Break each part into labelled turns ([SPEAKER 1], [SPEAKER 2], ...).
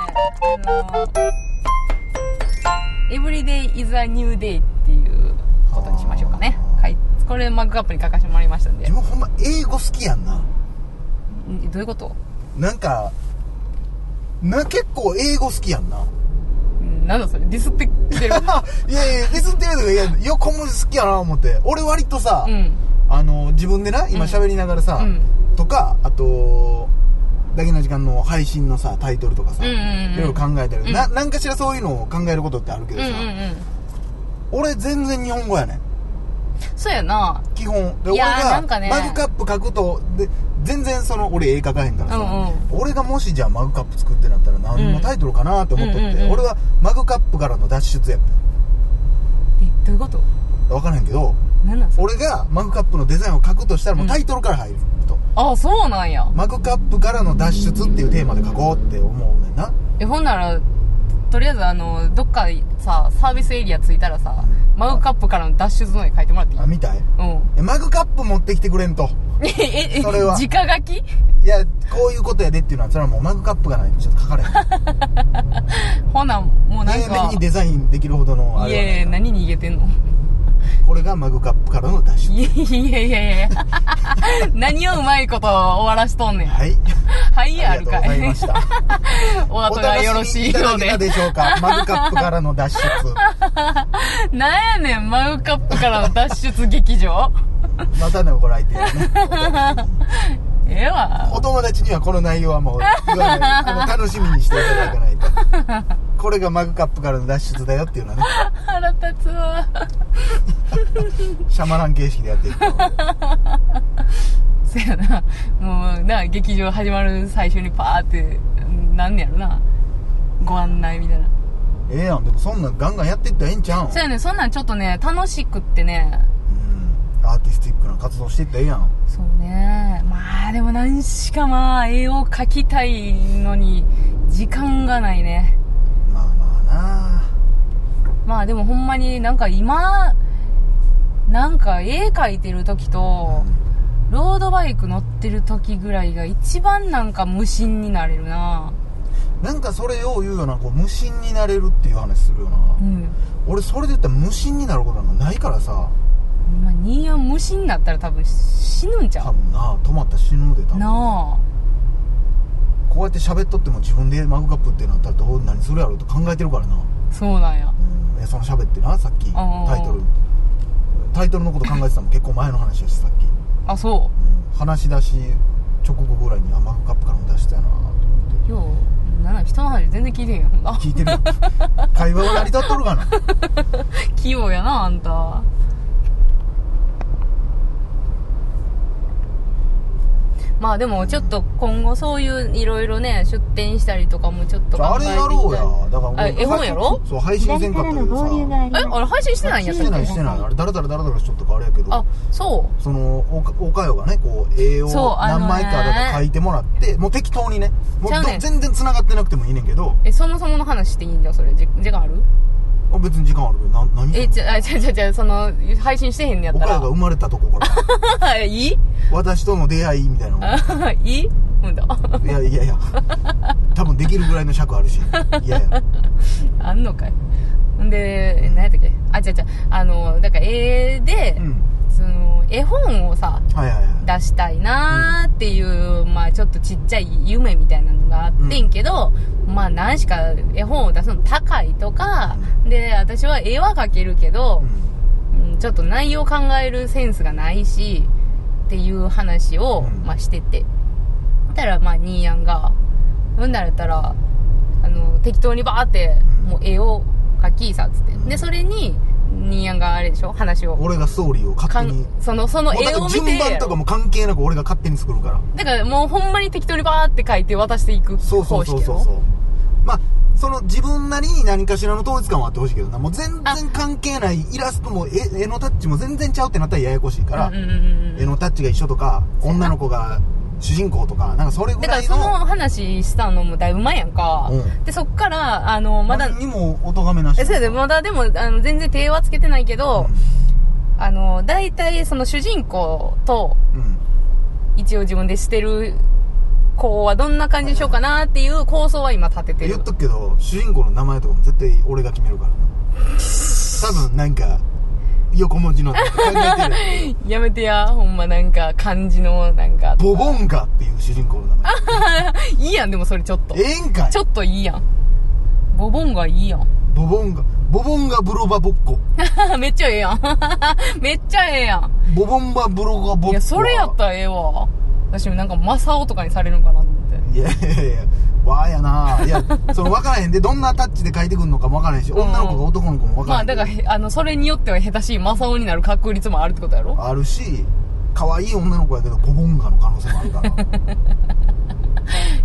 [SPEAKER 1] あの「Everyday is a new day」っていうことにしましょうかねはいこれマグカップに書かせてもらいましたんで
[SPEAKER 2] 自分ほんま英語好きやんなん
[SPEAKER 1] どういうこと
[SPEAKER 2] なんかな結構英語好きやんな
[SPEAKER 1] うんなんだそれディスってきて る
[SPEAKER 2] いやいやディスってるとかいや横文字好きやな思って俺割とさ、
[SPEAKER 1] うん
[SPEAKER 2] あの自分でな今
[SPEAKER 1] うん
[SPEAKER 2] 喋りながらさ、
[SPEAKER 1] う
[SPEAKER 2] とかあとだけの時間の配信のさタイトルとか
[SPEAKER 1] う
[SPEAKER 2] さ、
[SPEAKER 1] んうんうん
[SPEAKER 2] いろいろ考えたり、
[SPEAKER 1] うん
[SPEAKER 2] な何かしらそういうのを考えることってあるけ
[SPEAKER 1] うん
[SPEAKER 2] ど
[SPEAKER 1] うん
[SPEAKER 2] さ、
[SPEAKER 1] うん
[SPEAKER 2] 俺全然日本語やねん
[SPEAKER 1] そうやな
[SPEAKER 2] 基本で
[SPEAKER 1] いやー
[SPEAKER 2] 俺が
[SPEAKER 1] なんかね
[SPEAKER 2] マグカップ書くとで全然その俺絵描かへんからさ、
[SPEAKER 1] うん
[SPEAKER 2] 俺がもしじゃあマグカップ作ってなったら何のタイトルかなって思っとって、
[SPEAKER 1] うんうんうんうん
[SPEAKER 2] 俺はマグカップからの脱出やっ
[SPEAKER 1] えどういうこと
[SPEAKER 2] た分からへんけど
[SPEAKER 1] なんなんそれ
[SPEAKER 2] 俺がマグカップのデザインを書くとしたらもうタイトルから入ると、
[SPEAKER 1] あそうなんや
[SPEAKER 2] マグカップからの脱出っていうテーマで書こうって思うねんな
[SPEAKER 1] えほんならとりあえずあのどっかさサービスエリア着いたらさマグカップからの脱出の絵描いてもらっていい
[SPEAKER 2] あ見たい
[SPEAKER 1] うん
[SPEAKER 2] えマグカップ持ってきてくれんと
[SPEAKER 1] えええ
[SPEAKER 2] それは
[SPEAKER 1] 直書き
[SPEAKER 2] いやこういうことやでっていうのはそれはもうマグカップがないとちょっと書 かれへん
[SPEAKER 1] ほなもうなん
[SPEAKER 2] 生命
[SPEAKER 1] か
[SPEAKER 2] にデザインできるほどのあ
[SPEAKER 1] い
[SPEAKER 2] れは
[SPEAKER 1] やい
[SPEAKER 2] な
[SPEAKER 1] や
[SPEAKER 2] いから
[SPEAKER 1] 何逃げてんの
[SPEAKER 2] これがマグカップからの脱出
[SPEAKER 1] いやいやいやいや 何をうまいこと終わらしとんねんは
[SPEAKER 2] はい
[SPEAKER 1] い
[SPEAKER 2] あ
[SPEAKER 1] あ
[SPEAKER 2] り
[SPEAKER 1] る
[SPEAKER 2] が
[SPEAKER 1] か
[SPEAKER 2] とうござい
[SPEAKER 1] い
[SPEAKER 2] ました
[SPEAKER 1] お後がよろしい
[SPEAKER 2] た
[SPEAKER 1] よ
[SPEAKER 2] だ
[SPEAKER 1] う
[SPEAKER 2] け
[SPEAKER 1] で
[SPEAKER 2] たでしょうかマグカップからの脱出
[SPEAKER 1] なんやねんマグカップからの脱出劇場
[SPEAKER 2] またねご来店ね
[SPEAKER 1] ええわ
[SPEAKER 2] お友達にはこの内容はもう言わないあの楽しみにしていただかないとこれがマグカップからの脱出だよっていうのはね
[SPEAKER 1] 腹立つわ
[SPEAKER 2] シャマラン形式でやっていくと
[SPEAKER 1] そやなもうな劇場始まる最初にパーってなんねやろなご案内みたいな
[SPEAKER 2] ええやんでもそんなんガンガンやっていったらええんちゃうん、う
[SPEAKER 1] そやねんそんなんちょっとね楽しくってね
[SPEAKER 2] ん、アーティスティックな活動していったらええやん
[SPEAKER 1] そうねまあでも何しかまあ絵を描きたいのに時間がないね
[SPEAKER 2] まあまあな
[SPEAKER 1] まあでもほんまになんか今なんか絵描いてる時とロードバイク乗ってる時ぐらいが一番なんか無心になれるな
[SPEAKER 2] なんかそれを言うよなこう無心になれるっていう話するよな、
[SPEAKER 1] うん
[SPEAKER 2] 俺それで言ったら無心になることなんかないからさ
[SPEAKER 1] ほんま新山無心になったら多分死ぬんちゃ
[SPEAKER 2] 多分な止まったら死ぬで多
[SPEAKER 1] う
[SPEAKER 2] 分
[SPEAKER 1] な
[SPEAKER 2] こうやって喋っとっても自分でマグカップってなったらどう何するやろうと考えてるからな、
[SPEAKER 1] あそうなんや
[SPEAKER 2] うん、えその喋ってなさっき
[SPEAKER 1] あー
[SPEAKER 2] タイトルタイトルのこと考えてたの結構前の話やしさっき、
[SPEAKER 1] あそ
[SPEAKER 2] うん、話し出し直後ぐらいにあマグカップからも出したやなと思って
[SPEAKER 1] うようなんなん人の話全然聞いてへんやんほんな
[SPEAKER 2] 聞い てるよ会話は成り立っとるかな
[SPEAKER 1] 器用やなあんたまあでもちょっと今後そういういろいろね出店したりとかもちょっと
[SPEAKER 2] じゃああれやろうやだから
[SPEAKER 1] あ絵本やろ
[SPEAKER 2] そう配信せ
[SPEAKER 3] 左
[SPEAKER 2] んか
[SPEAKER 3] か
[SPEAKER 2] った
[SPEAKER 3] ら
[SPEAKER 2] け
[SPEAKER 3] の
[SPEAKER 2] どさ
[SPEAKER 3] 合流があり
[SPEAKER 1] えあ
[SPEAKER 3] ま
[SPEAKER 1] れ配信してないんやっ
[SPEAKER 2] した
[SPEAKER 1] って
[SPEAKER 2] ないしてないあれだらだらだらだらしとったからあれやけど
[SPEAKER 1] あそ
[SPEAKER 2] そのおかおかよがねこう絵を
[SPEAKER 1] そうあのね
[SPEAKER 2] 何枚かだから書いてもらってもう適当にねもう
[SPEAKER 1] ちゃうね
[SPEAKER 2] ど全然繋がってなくてもいいねんけど
[SPEAKER 1] うえそもそもの話していいんじゃんそれじ時間ある
[SPEAKER 2] あ別に時間あるけどな何
[SPEAKER 1] えじゃあじゃあじゃあじゃあその配信してへんのやっ
[SPEAKER 2] お
[SPEAKER 1] た
[SPEAKER 2] かよ
[SPEAKER 1] ら
[SPEAKER 2] が生まれたとこから
[SPEAKER 1] いい
[SPEAKER 2] 私との出会いみたいな の
[SPEAKER 1] あいいほんだ
[SPEAKER 2] いやいやいや多分できるぐらいの尺ある しいやいや
[SPEAKER 1] あんのかいほんでえ何やったっけあ違う違うあのだから絵で、
[SPEAKER 2] うん
[SPEAKER 1] その絵本をさ
[SPEAKER 2] はいはいはい
[SPEAKER 1] 出したいなーっていう、まあちょっとちっちゃい夢みたいなのがあってんけど、まあ何しか絵本を出すの高いとか、で私は絵は描けるけど
[SPEAKER 2] う、ん
[SPEAKER 1] うんちょっと内容考えるセンスがないしっていう話を、
[SPEAKER 2] うん
[SPEAKER 1] まあ、しててそしたらまあニーヤンがほんならやったらあの適当にバーって
[SPEAKER 2] うん
[SPEAKER 1] もう絵を描きさっつって
[SPEAKER 2] うん
[SPEAKER 1] でそれにニーヤンがあれでしょ話を
[SPEAKER 2] 俺がストーリーを
[SPEAKER 1] か
[SPEAKER 2] 勝手に
[SPEAKER 1] んそのその
[SPEAKER 2] もうだ
[SPEAKER 1] 絵
[SPEAKER 2] か
[SPEAKER 1] を
[SPEAKER 2] ら
[SPEAKER 1] 見
[SPEAKER 2] 順
[SPEAKER 1] て
[SPEAKER 2] 番とかも関係なく俺が勝手に作るから
[SPEAKER 1] だからもうほんまに適当にバーって描いて渡していく
[SPEAKER 2] そうそ
[SPEAKER 1] 方
[SPEAKER 2] うそ
[SPEAKER 1] 式
[SPEAKER 2] う
[SPEAKER 1] や
[SPEAKER 2] そう
[SPEAKER 1] ろ
[SPEAKER 2] そうまあその自分なりに何かしらの統一感はあってほしいけどなもう全然関係ないイラストも絵絵のタッチも全然ちゃうってなったらややこしいから、
[SPEAKER 1] うんうんうんう
[SPEAKER 2] 絵
[SPEAKER 1] ん
[SPEAKER 2] のタッチが一緒とか女の子が主人公とかなんかそれぐ
[SPEAKER 1] だからら
[SPEAKER 2] い
[SPEAKER 1] そ
[SPEAKER 2] の
[SPEAKER 1] の話したのもだいぶ前やんか、
[SPEAKER 2] うん
[SPEAKER 1] でそっからあのまだ
[SPEAKER 2] 何にもお咎めなし
[SPEAKER 1] えそうやでまだでもあの全然手はつけてないけど、あの大体その主人公と
[SPEAKER 2] うんうん
[SPEAKER 1] 一応自分でしてるこうはどんな感じにしようかなっていう構想は今立てて
[SPEAKER 2] 言
[SPEAKER 1] る
[SPEAKER 2] っとくけど主人公の名前とかも絶対俺が決めるからな多分なんか横文字のなんか考えてるや
[SPEAKER 1] やめてやほんまなんか漢字のなんか
[SPEAKER 2] つボボンガっていう主人公の名前
[SPEAKER 1] いいやんでもそれちょっと
[SPEAKER 2] ええんかい
[SPEAKER 1] ちょっといいやんボボンがいいやん
[SPEAKER 2] ボボンガボボンガブロバボッコ
[SPEAKER 1] めっちゃええやんめっちゃええやん
[SPEAKER 2] ボボンバブロガボッコはい
[SPEAKER 1] やそれやったらええわ私もなんかマサオとかにされるんかなと思って
[SPEAKER 2] いやいやいやわーやないやその分からへんでどんなタッチで書いてくるのかも分からへんし
[SPEAKER 1] ん
[SPEAKER 2] 女の子が男の子も分か
[SPEAKER 1] ま
[SPEAKER 2] らへ
[SPEAKER 1] あ
[SPEAKER 2] ん、
[SPEAKER 1] だからへあのそれによっては下手しいマサオになる確率もあるってことやろ
[SPEAKER 2] あるし可愛い女の子やけどボボンガの可能性もあ るから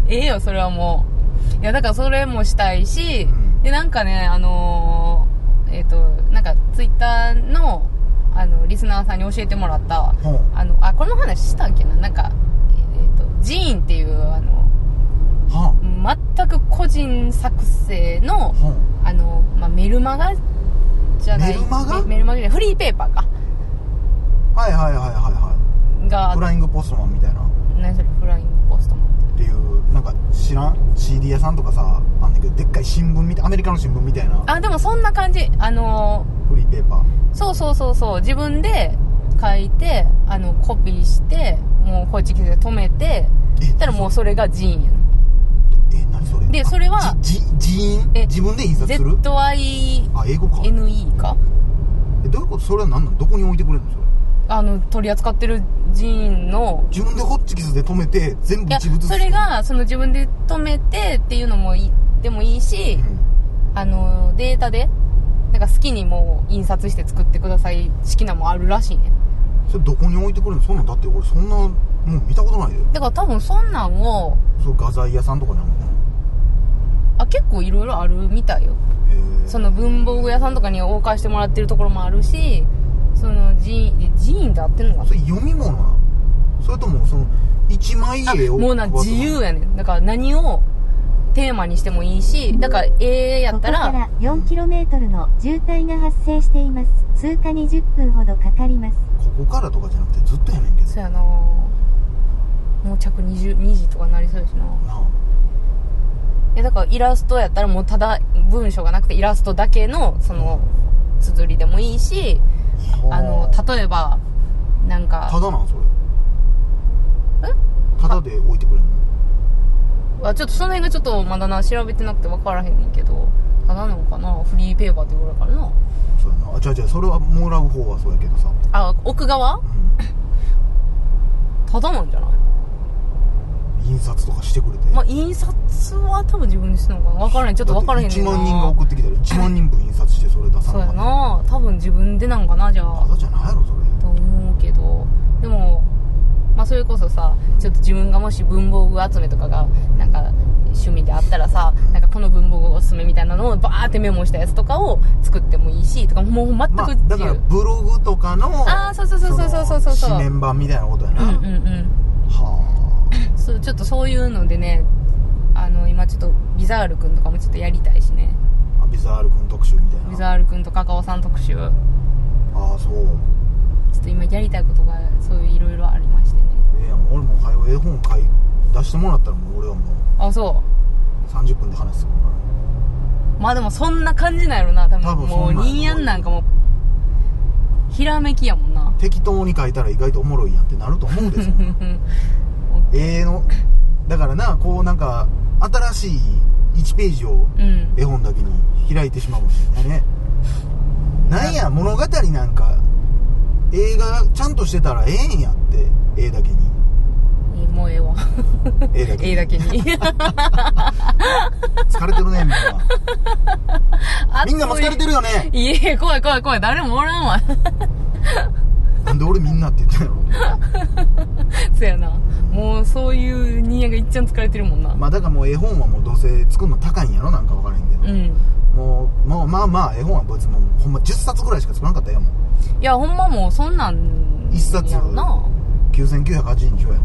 [SPEAKER 1] ええよそれはもういやだからそれもしたいし、
[SPEAKER 2] うん
[SPEAKER 1] でなんかねあのーえっ、となんかツイッターのあのリスナーさんに教えてもらった
[SPEAKER 2] ほう
[SPEAKER 1] あのあこの話したっけななんか、えっとジーンっていうあの
[SPEAKER 2] はん
[SPEAKER 1] 全く個人作成の
[SPEAKER 2] はん
[SPEAKER 1] あの、まあ、メルマガじゃない
[SPEAKER 2] メルマガ
[SPEAKER 1] メメルマガじゃないフリーペーパーか
[SPEAKER 2] はいはいはいはいは
[SPEAKER 1] が
[SPEAKER 2] いフライングポストマンみたいな
[SPEAKER 1] 何それフライングポストマンって
[SPEAKER 2] っていうなんか知らん CD 屋さんとかさあんねんけどでっかい新聞みたいアメリカの新聞みたいな
[SPEAKER 1] あでもそんな感じあの
[SPEAKER 2] フリーペーパー
[SPEAKER 1] そうそうそうそう自分で書いてあのコピーしてもうこっち来て止めて
[SPEAKER 2] え
[SPEAKER 1] したらもうそれがジーンやな
[SPEAKER 2] え何それ
[SPEAKER 1] で
[SPEAKER 2] あ
[SPEAKER 1] それは
[SPEAKER 2] じじ寺院
[SPEAKER 1] え
[SPEAKER 2] 自分で印刷する
[SPEAKER 1] ZINE
[SPEAKER 2] あ英語か
[SPEAKER 1] か
[SPEAKER 2] えどういうことそれは何なのどこに置いてくれるのそれ
[SPEAKER 1] あの取り扱ってるジーンの
[SPEAKER 2] 自分でホッチキスで止めて全
[SPEAKER 1] い
[SPEAKER 2] 部
[SPEAKER 1] や
[SPEAKER 2] 一物
[SPEAKER 1] それがその自分で止めてっていうのもいいでもいいし、あのデータでなんか好きにもう印刷して作ってください式なもあるらしいね
[SPEAKER 2] それどこに置いてくれるのそんなんだって俺そんなもう見たことないよ
[SPEAKER 1] だから多分そんなんを
[SPEAKER 2] そう画材屋さんとかにあるのかな
[SPEAKER 1] あ結構いろいろあるみたいよ
[SPEAKER 2] へえ
[SPEAKER 1] その文房具屋さんとかにお返してもらってるところもあるしその寺院え寺院で合ってんのか
[SPEAKER 2] それ読み物なのそれともその一枚
[SPEAKER 1] なあ
[SPEAKER 2] 絵を
[SPEAKER 1] もうな
[SPEAKER 2] 配って
[SPEAKER 1] 自由やねんだから何をテーマにしてもいいしだから絵やった
[SPEAKER 3] ここからら 4km の渋滞が発生しています通過20分ほどかかります
[SPEAKER 2] ここからとかじゃなくてずっとやねんけど
[SPEAKER 1] そうやなもう着20 2時とかなりそうやしな
[SPEAKER 2] なあ
[SPEAKER 1] いやだからイラストやったらもうただ文章がなくてイラストだけのその綴りでもいいしあの
[SPEAKER 2] た
[SPEAKER 1] 例えばなん
[SPEAKER 2] た
[SPEAKER 1] か
[SPEAKER 2] だなんそれただで置いてくれるの
[SPEAKER 1] あちょっとその辺がちょっとまだな調べてなくて分からへんねんけどただなのかなフリーペーパーって言われからな
[SPEAKER 2] そうやなあ違う違うそれはもらう方はそうやけどさ、
[SPEAKER 1] あ奥側
[SPEAKER 2] う
[SPEAKER 1] ただなんじゃない
[SPEAKER 2] ん、印刷とかしてくれて、
[SPEAKER 1] まあ印刷は多分自分でしてんのかな分からへんちょっと分からへんねん
[SPEAKER 2] 1
[SPEAKER 1] な
[SPEAKER 2] 万人が送ってきたら1万人分印刷してそれ出さ
[SPEAKER 1] そう
[SPEAKER 2] な
[SPEAKER 1] や
[SPEAKER 2] かっ
[SPEAKER 1] な多分自分でなんかなじゃあ
[SPEAKER 2] ただじゃないやろそれ
[SPEAKER 1] と思うけどでも、まあ、それこそさちょっと自分がもし文房具集めとかがなんか趣味であったらさなんかこの文房具おすすめみたいなのをバーってメモしたやつとかを作ってもいいしとかもう全
[SPEAKER 2] ま
[SPEAKER 1] く
[SPEAKER 2] あ
[SPEAKER 1] 自
[SPEAKER 2] だから
[SPEAKER 1] 由、
[SPEAKER 2] ブログとかの
[SPEAKER 1] あーそうそうそうそうそうそうそう
[SPEAKER 2] その紙面版みたいなことやな、
[SPEAKER 1] うんうんうん
[SPEAKER 2] はあ
[SPEAKER 1] そうちょっとそういうのでねあの今ちょっとビザールくんとかもちょっとやりたいしね
[SPEAKER 2] あビザール君特集みたいな
[SPEAKER 1] ビザールくんとカカオさん特集ちょ
[SPEAKER 2] ああそう
[SPEAKER 1] っと今やりたいことがそういういろいろありましてね
[SPEAKER 2] ええやん俺もはよ絵本買い出してもらったらもう俺はもう
[SPEAKER 1] あそう
[SPEAKER 2] 30分で話するから
[SPEAKER 1] まあでもそんな感じなんやろな多分
[SPEAKER 2] 多分
[SPEAKER 1] も
[SPEAKER 2] そ
[SPEAKER 1] うん
[SPEAKER 2] なんやろ
[SPEAKER 1] ニーヤンなんかもうひらめきやもんな
[SPEAKER 2] 適当に書いたら意外とおもろいやんってなると思うんですよ絵のだからなこうなんか新しい1ページを
[SPEAKER 1] うん
[SPEAKER 2] 絵本だけに開いてしまうかもしれないねなんや物語なんか映画ちゃんとしてたらええんやって絵だけに
[SPEAKER 1] いいもうええわ
[SPEAKER 2] 絵だけ
[SPEAKER 1] ええ
[SPEAKER 2] に
[SPEAKER 1] だけに
[SPEAKER 2] 疲れてるねみんな
[SPEAKER 1] あっという
[SPEAKER 2] みんなも疲れてるよね
[SPEAKER 1] いえいえ怖い怖い怖い誰もおらんわ
[SPEAKER 2] なんで俺みんなって言ったんやろ
[SPEAKER 1] そやなもうそういうニーヤンがいっちゃん疲れてるもんな、
[SPEAKER 2] まあだからもう絵本はもうどうせ作るの高いんやろなんか分からへんけど、
[SPEAKER 1] うん
[SPEAKER 2] もうもうまあまあ絵本は別にもうほんま10冊ぐらいしか作らなかったよもう
[SPEAKER 1] いやほんまもうそんなん
[SPEAKER 2] 一冊
[SPEAKER 1] やろな
[SPEAKER 2] 9980円ちょや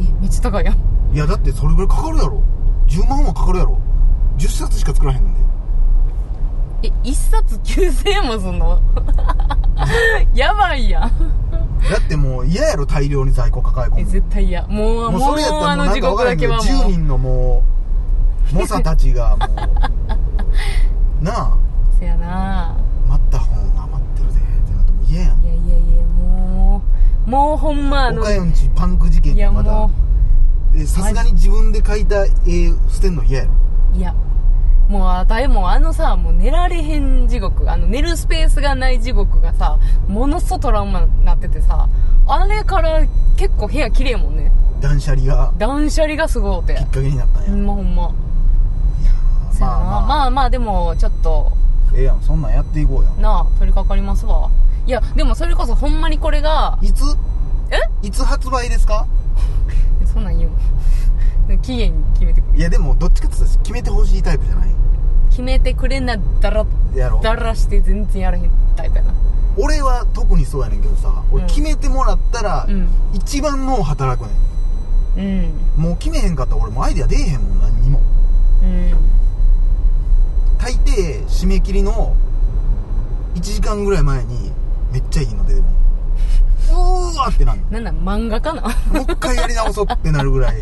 [SPEAKER 1] えめっちゃ高いやん
[SPEAKER 2] いやだってそれぐらいかかるやろ10万はかかるやろ10冊しか作らへんねんで
[SPEAKER 1] え一冊9000円もすんのやばいやん
[SPEAKER 2] だってもう嫌やろ大量に在庫抱え込
[SPEAKER 1] え
[SPEAKER 2] む
[SPEAKER 1] 絶対嫌もうもうあの地獄だけは
[SPEAKER 2] 10
[SPEAKER 1] もう
[SPEAKER 2] 人のもう猛者たちがも うなあ
[SPEAKER 1] せやな
[SPEAKER 2] 待った本余ってるでってなってもう嫌やん
[SPEAKER 1] いやいやいやもうもうほんまあの
[SPEAKER 2] 岡山んちパンク事件
[SPEAKER 1] い
[SPEAKER 2] って
[SPEAKER 1] や
[SPEAKER 2] まだ
[SPEAKER 1] も
[SPEAKER 2] えさすがに自分で描いた絵捨てんの嫌やろ
[SPEAKER 1] ういやもうあたいもあのさもう寝られへん地獄あの寝るスペースがない地獄がさものすごいトラウマになっててさあれから結構部屋綺麗やもんね
[SPEAKER 2] 断捨離が
[SPEAKER 1] 断捨離がすごいて
[SPEAKER 2] きっかけになったんや、
[SPEAKER 1] ほんまほんませやな
[SPEAKER 2] まあまあ
[SPEAKER 1] まあまあでもちょっと
[SPEAKER 2] ええやんそんなんやっていこうやん
[SPEAKER 1] なあ取り掛かりますわいやでもそれこそほんまにこれが
[SPEAKER 2] いつ
[SPEAKER 1] え
[SPEAKER 2] いつ発売ですか
[SPEAKER 1] そんなん言う の期限決めてく
[SPEAKER 2] いやでもどっちかって言ったら決めてほしいタイプじゃない
[SPEAKER 1] 決めてくれなだら
[SPEAKER 2] やろ
[SPEAKER 1] だらして全然やらへんタイプやな
[SPEAKER 2] 俺は特にそうやねんけどさ俺
[SPEAKER 1] うん
[SPEAKER 2] 決めてもらったら
[SPEAKER 1] うん
[SPEAKER 2] 一番脳働くね
[SPEAKER 1] うん
[SPEAKER 2] んもう決めへんかったら俺もうアイデア出えへんもん何にも
[SPEAKER 1] うん
[SPEAKER 2] 大抵締め切りの1時間ぐらい前にめっちゃいいの出てもううーわってなんの
[SPEAKER 1] なんだ漫画家な
[SPEAKER 2] もう一回やり直そうってなるぐらい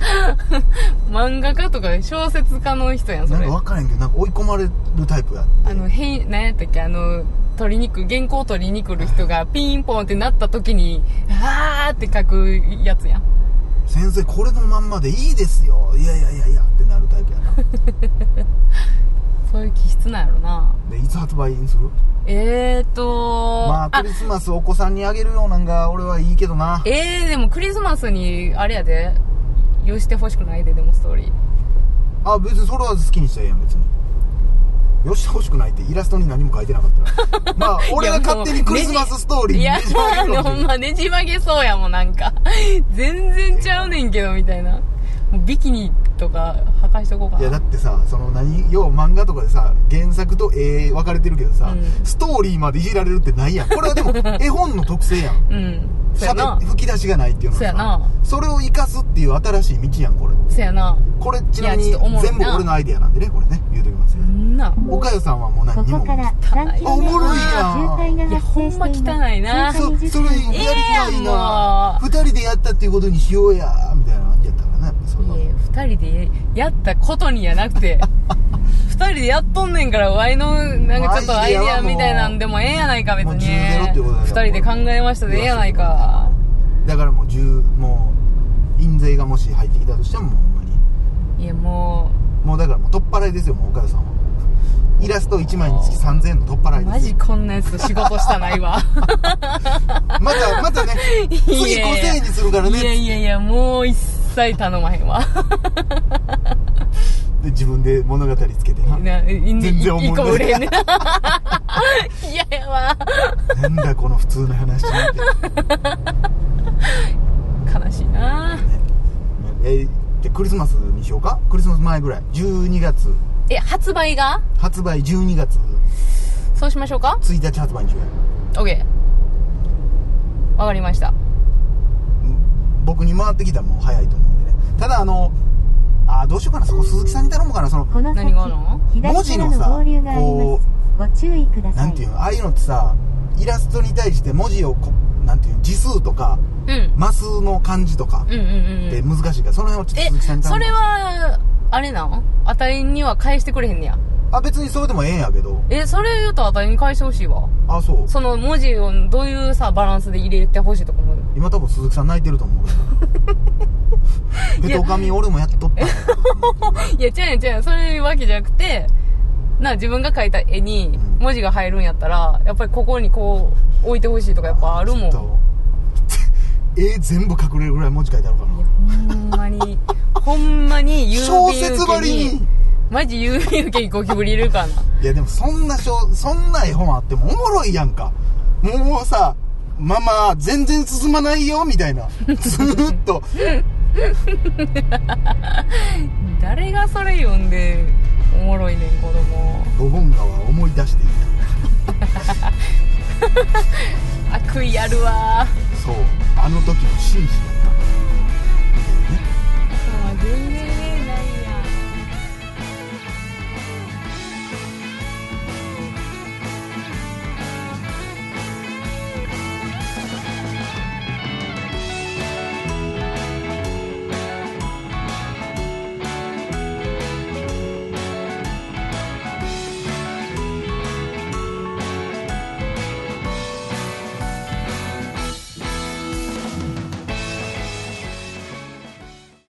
[SPEAKER 1] 漫画家とか小説家の人や んそ
[SPEAKER 2] なん
[SPEAKER 1] れ
[SPEAKER 2] か分からへんけどなんか追い込まれるタイプやって
[SPEAKER 1] あのへん何やったっけあの取りにく原稿を取りに来る人がピンポンってなった時に「あー」って書くやつやん
[SPEAKER 2] 先生これのまんまでいいですよいやいやいやいやってなるタイプやな
[SPEAKER 1] そういう気質なんやろな
[SPEAKER 2] でいつ発売にする
[SPEAKER 1] えーと
[SPEAKER 2] まあクリスマスお子さんにあげるようなんか俺はいいけどな
[SPEAKER 1] えー、でもクリスマスにあれやで用してほしくないででもストーリー
[SPEAKER 2] あ別にそれは好きにしたらええやん別によしてほしくないってイラストに何も書いてなかっ たらまあ俺が勝手にクリスマスストーリー
[SPEAKER 1] い
[SPEAKER 2] に
[SPEAKER 1] や
[SPEAKER 2] ねじ曲げる かもしれ
[SPEAKER 1] ほ
[SPEAKER 2] ない
[SPEAKER 1] んまねじ曲げそうやもんなんか 全然ちゃうねんけどみたいなもうビキニとか破壊しとこうかない
[SPEAKER 2] やだってさその何よう漫画とかでさ原作と絵分かれてるけどさ、
[SPEAKER 1] うん
[SPEAKER 2] ストーリーまでいじられるってないやんこれは でも絵本の特性やん
[SPEAKER 1] うんそ
[SPEAKER 2] し
[SPEAKER 1] や
[SPEAKER 2] ゃべ
[SPEAKER 1] な
[SPEAKER 2] 吹き出しがないっていうの
[SPEAKER 1] そ
[SPEAKER 2] が
[SPEAKER 1] や
[SPEAKER 2] さ
[SPEAKER 1] な
[SPEAKER 2] それを生かすっていう新しい道やんこれ
[SPEAKER 1] そやな
[SPEAKER 2] これちなみ
[SPEAKER 1] い
[SPEAKER 2] に
[SPEAKER 1] やちょっとおもろい
[SPEAKER 2] 全
[SPEAKER 1] な
[SPEAKER 2] 部俺のアイデアなんでねこれね言うときますよ、
[SPEAKER 1] んな
[SPEAKER 2] おかよさんはもう
[SPEAKER 3] こ
[SPEAKER 2] 何にも
[SPEAKER 3] こから3キロ
[SPEAKER 2] おもろい
[SPEAKER 3] メートルの渋滞が発生しています。
[SPEAKER 1] いやほん
[SPEAKER 2] そそれやり
[SPEAKER 1] ええ
[SPEAKER 2] た
[SPEAKER 1] や
[SPEAKER 2] い
[SPEAKER 1] ん
[SPEAKER 2] な
[SPEAKER 1] も
[SPEAKER 2] 二人でやったっていうことにしようやみたいな感じやったからねやっぱそれはい
[SPEAKER 1] や2人でやったことにやなくて2人でやっとんねんからワイのなんかちょっとアイディアみたいなんでもええやないか別
[SPEAKER 2] もう
[SPEAKER 1] に
[SPEAKER 2] 10ゼロってこと
[SPEAKER 1] 2
[SPEAKER 2] だよ
[SPEAKER 1] 人で考えましたでええやないか
[SPEAKER 2] だからもう10もう印税がもし入ってきたとしてももうほんまに
[SPEAKER 1] いやも
[SPEAKER 2] もうだからもう取っ払いですよもう岡田さんはイラスト1枚につき3000円の取っ払
[SPEAKER 1] う
[SPEAKER 2] いですよ
[SPEAKER 1] マジこんなやつと仕事したない わ
[SPEAKER 2] またまたね次
[SPEAKER 1] いやいや
[SPEAKER 2] 5000円にするから
[SPEAKER 1] いや
[SPEAKER 2] ね
[SPEAKER 1] いやいやもう一切頼まへんわ
[SPEAKER 2] で自分で物語つけてな
[SPEAKER 1] な全
[SPEAKER 2] 然思
[SPEAKER 1] 一
[SPEAKER 2] んな
[SPEAKER 1] 個
[SPEAKER 2] い
[SPEAKER 1] 売れへんね いややわ
[SPEAKER 2] なんだこの普通の話なんて
[SPEAKER 1] 悲しいな
[SPEAKER 2] えーでクリスマスにしようかクリスマス前ぐらい12月
[SPEAKER 1] え発売が
[SPEAKER 2] 発売12月
[SPEAKER 1] そうしましょうか
[SPEAKER 2] 1日発売にしようや
[SPEAKER 1] OK わかりました
[SPEAKER 2] うん僕に回ってきたらもう早いと思うんでねただあのあーどうしようかなそこ鈴木さんに頼むかなその
[SPEAKER 3] この先
[SPEAKER 1] 何があるの
[SPEAKER 3] 左からの合流があり
[SPEAKER 2] 文字の
[SPEAKER 3] ます。ご注意くださ
[SPEAKER 2] なん
[SPEAKER 3] い
[SPEAKER 2] てい。うのああいうのってさイラストに対して文字をこなんていうの字数とか
[SPEAKER 1] うん
[SPEAKER 2] マスの漢字とか
[SPEAKER 1] うんうんうん
[SPEAKER 2] って難しいから、その辺をちょっと
[SPEAKER 1] え
[SPEAKER 2] 鈴木さんに
[SPEAKER 1] そ
[SPEAKER 2] 頼む
[SPEAKER 1] れはあれなんあたいには返してくれへんねや
[SPEAKER 2] あ別にそれでもええんやけど
[SPEAKER 1] えそれ言うとあたいに返してほしいわ
[SPEAKER 2] あそう
[SPEAKER 1] その文字をどういうさバランスで入れてほしいとかも
[SPEAKER 2] 今多分鈴木さん泣いてると思うけ どペトカミ俺もやっとったんやけ
[SPEAKER 1] い
[SPEAKER 2] ど
[SPEAKER 1] や違うやん違うやんそういうわけじゃなくてな自分が描いた絵に
[SPEAKER 2] うん
[SPEAKER 1] 文字が入るんやったらやっぱりここにこう置いてほしいとかやっぱあるもんい
[SPEAKER 2] ちょっと 絵全部隠れるぐらい文字書いてあるから
[SPEAKER 1] やほんま にほんまに郵
[SPEAKER 2] 小
[SPEAKER 1] 便
[SPEAKER 2] 説ば
[SPEAKER 1] 受け
[SPEAKER 2] りに
[SPEAKER 1] にマジ郵便受けにゴキブリいるからない
[SPEAKER 2] やでもそんな小そんな絵本あってもおもろいやんかもうさママ全然進まないよみたいなずーっと
[SPEAKER 1] 誰がそれ読んでおもろいねん子供
[SPEAKER 2] ボボンガは思い出してい
[SPEAKER 1] 悪意あるわ
[SPEAKER 2] たそうあの時の紳士だったみたいなね
[SPEAKER 1] もう全然